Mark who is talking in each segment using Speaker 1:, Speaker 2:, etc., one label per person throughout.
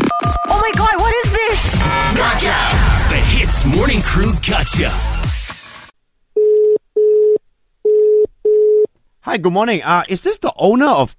Speaker 1: Oh my god, what is this?
Speaker 2: The Hits Morning Crew Gotcha.
Speaker 3: Hi, good morning. Uh, is this the owner of?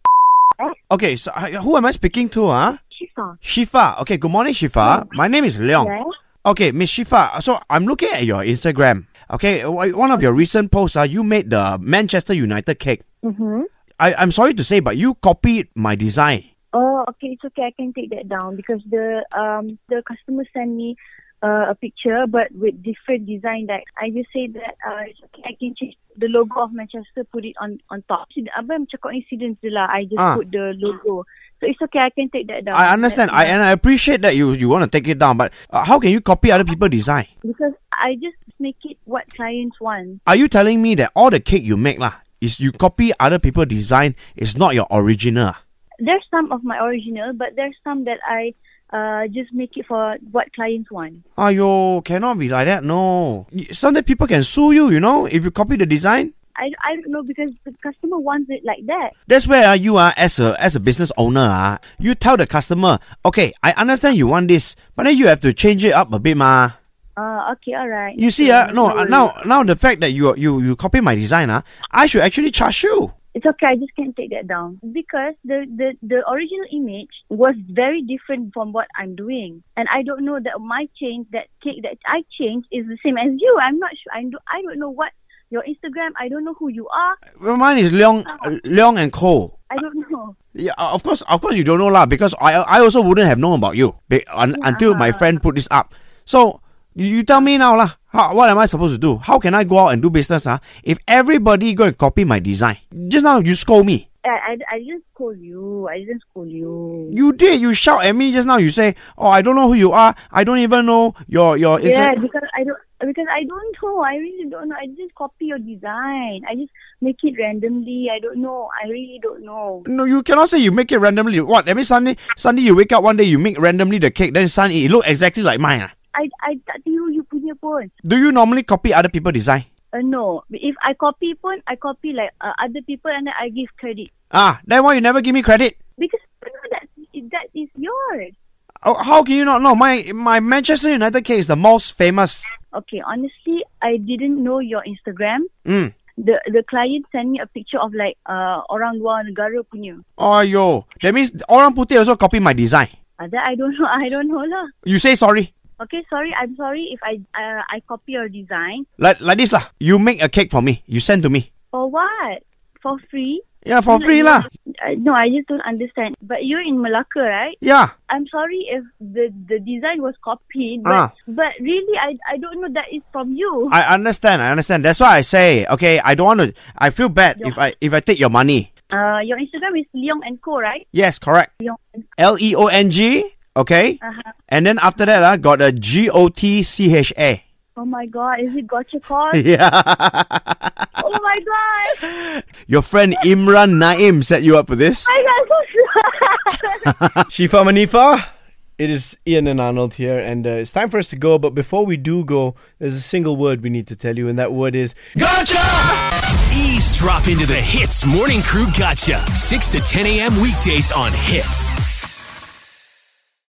Speaker 3: Okay, so uh, who am I speaking to? Huh? Shifa. Shifa. Okay, good morning, Shifa. My name is Leong. Okay, Miss Shifa. uh, So I'm looking at your Instagram. Okay, w- one of your recent posts. Uh, you made the Manchester United cake. Mm-hmm. I I'm sorry to say, but you copied my design.
Speaker 4: Oh, okay, it's okay. I can take that down because the um the customer sent me uh, a picture but with different design. That I just say that uh, it's okay. I can change the logo of Manchester, put it on on top. So, apa macam coincidence je lah. I just
Speaker 3: Ah.
Speaker 4: put the logo. So it's okay. I can take that down.
Speaker 3: I understand. I
Speaker 4: That's
Speaker 3: and I appreciate that you you want to take it down, but uh, how can you copy other people's design?
Speaker 4: fine. because I just make it what clients want.
Speaker 3: Are you telling me that all the cake you make lah is you copy other people's design? It's not your original. ah?
Speaker 4: There's some of my original, but there's some that I uh just make it for what clients want.
Speaker 3: Ayo, cannot be like that, no. Y- Sometimes people can sue you, you know, if you copy the design.
Speaker 4: I, I don't know because the customer wants it like that.
Speaker 3: That's where uh, you are as a as a business owner, uh, you tell the customer, okay, I understand you want this, but then you have to change it up a bit, ma.
Speaker 4: Uh, okay, all right.
Speaker 3: You see, uh, no, uh, now now the fact that you you you copy my design, uh, I should actually charge you.
Speaker 4: It's okay. I just can't take that down because the, the the original image was very different from what I'm doing, and I don't know that my change that cake that I changed is the same as you. I'm not sure. I do. I don't know what your Instagram. I don't know who you are.
Speaker 3: Well, Mine is Leong Leong and Co.
Speaker 4: I don't know.
Speaker 3: Yeah, uh, of course, of course you don't know lah because I I also wouldn't have known about you be, un, until my friend put this up. So you, you tell me now lah, how, what am I supposed to do? How can I go out and do business ah if everybody go and copy my design? Just now you scold me.
Speaker 4: I, I, I didn't call you. I didn't call you.
Speaker 3: You did. You shout at me just now. You say, "Oh, I don't know who you are. I don't even know your your." it's
Speaker 4: yeah,
Speaker 3: a-
Speaker 4: because I don't because I don't know. I really don't know. I just copy your design. I just make it randomly. I don't know. I really don't know.
Speaker 3: no, you cannot say you make it randomly. What? I mean, Sunday, Sunday you wake up one day you make randomly the cake, then Sunday it look exactly like mine. ah.
Speaker 4: I I tak tiru you punya pun.
Speaker 3: Do you normally copy other people design?
Speaker 4: Uh, no, if I copy pun, I copy like uh, other people and then I give credit
Speaker 3: Ah, then why you never give me credit?
Speaker 4: because you know, that that is yours.
Speaker 3: Oh, how can you not know? My my Manchester United cake is the most famous.
Speaker 4: Okay, honestly, I didn't know your Instagram.
Speaker 3: Mm.
Speaker 4: The the client sent me a picture of like uh, orang luar negara punya.
Speaker 3: Oh yo, that means orang putih also copy my design.
Speaker 4: Uh, that I don't know. I don't know lah.
Speaker 3: You say sorry.
Speaker 4: Okay, sorry. I'm sorry if I uh, I copy your design.
Speaker 3: Like like this lah. You make a cake for me. You send to me.
Speaker 4: For what? For free?
Speaker 3: Yeah, for free lah.
Speaker 4: Uh, no, I just don't understand. But you're in Malacca, right?
Speaker 3: Yeah.
Speaker 4: I'm sorry if the the design was copied, but,
Speaker 3: Ah.
Speaker 4: but really, I I don't know that is from you.
Speaker 3: I understand. I understand. That's why I say okay. I don't want to. I feel bad if I if I take your money.
Speaker 4: Uh, your Instagram is Leong and Co, right?
Speaker 3: Yes, correct.
Speaker 4: Leong and
Speaker 3: L E O N G. Okay.
Speaker 4: Uh-huh.
Speaker 3: And then after that, I got a G O T C H A.
Speaker 4: Oh my God, is it Gotcha Call?
Speaker 3: Yeah.
Speaker 4: oh my God, oh
Speaker 3: Your friend Imran Naim set you up for this.
Speaker 4: my God, so sorry.
Speaker 5: Shifa Manifa, it is Ian and Arnold here, and uh, it's time for us to go. But before we do go, there's a single word we need to tell you, and that word is
Speaker 2: Eavesdrop into the Hits Morning Crew Gotcha. 6 to 10 a.m. weekdays on Hits.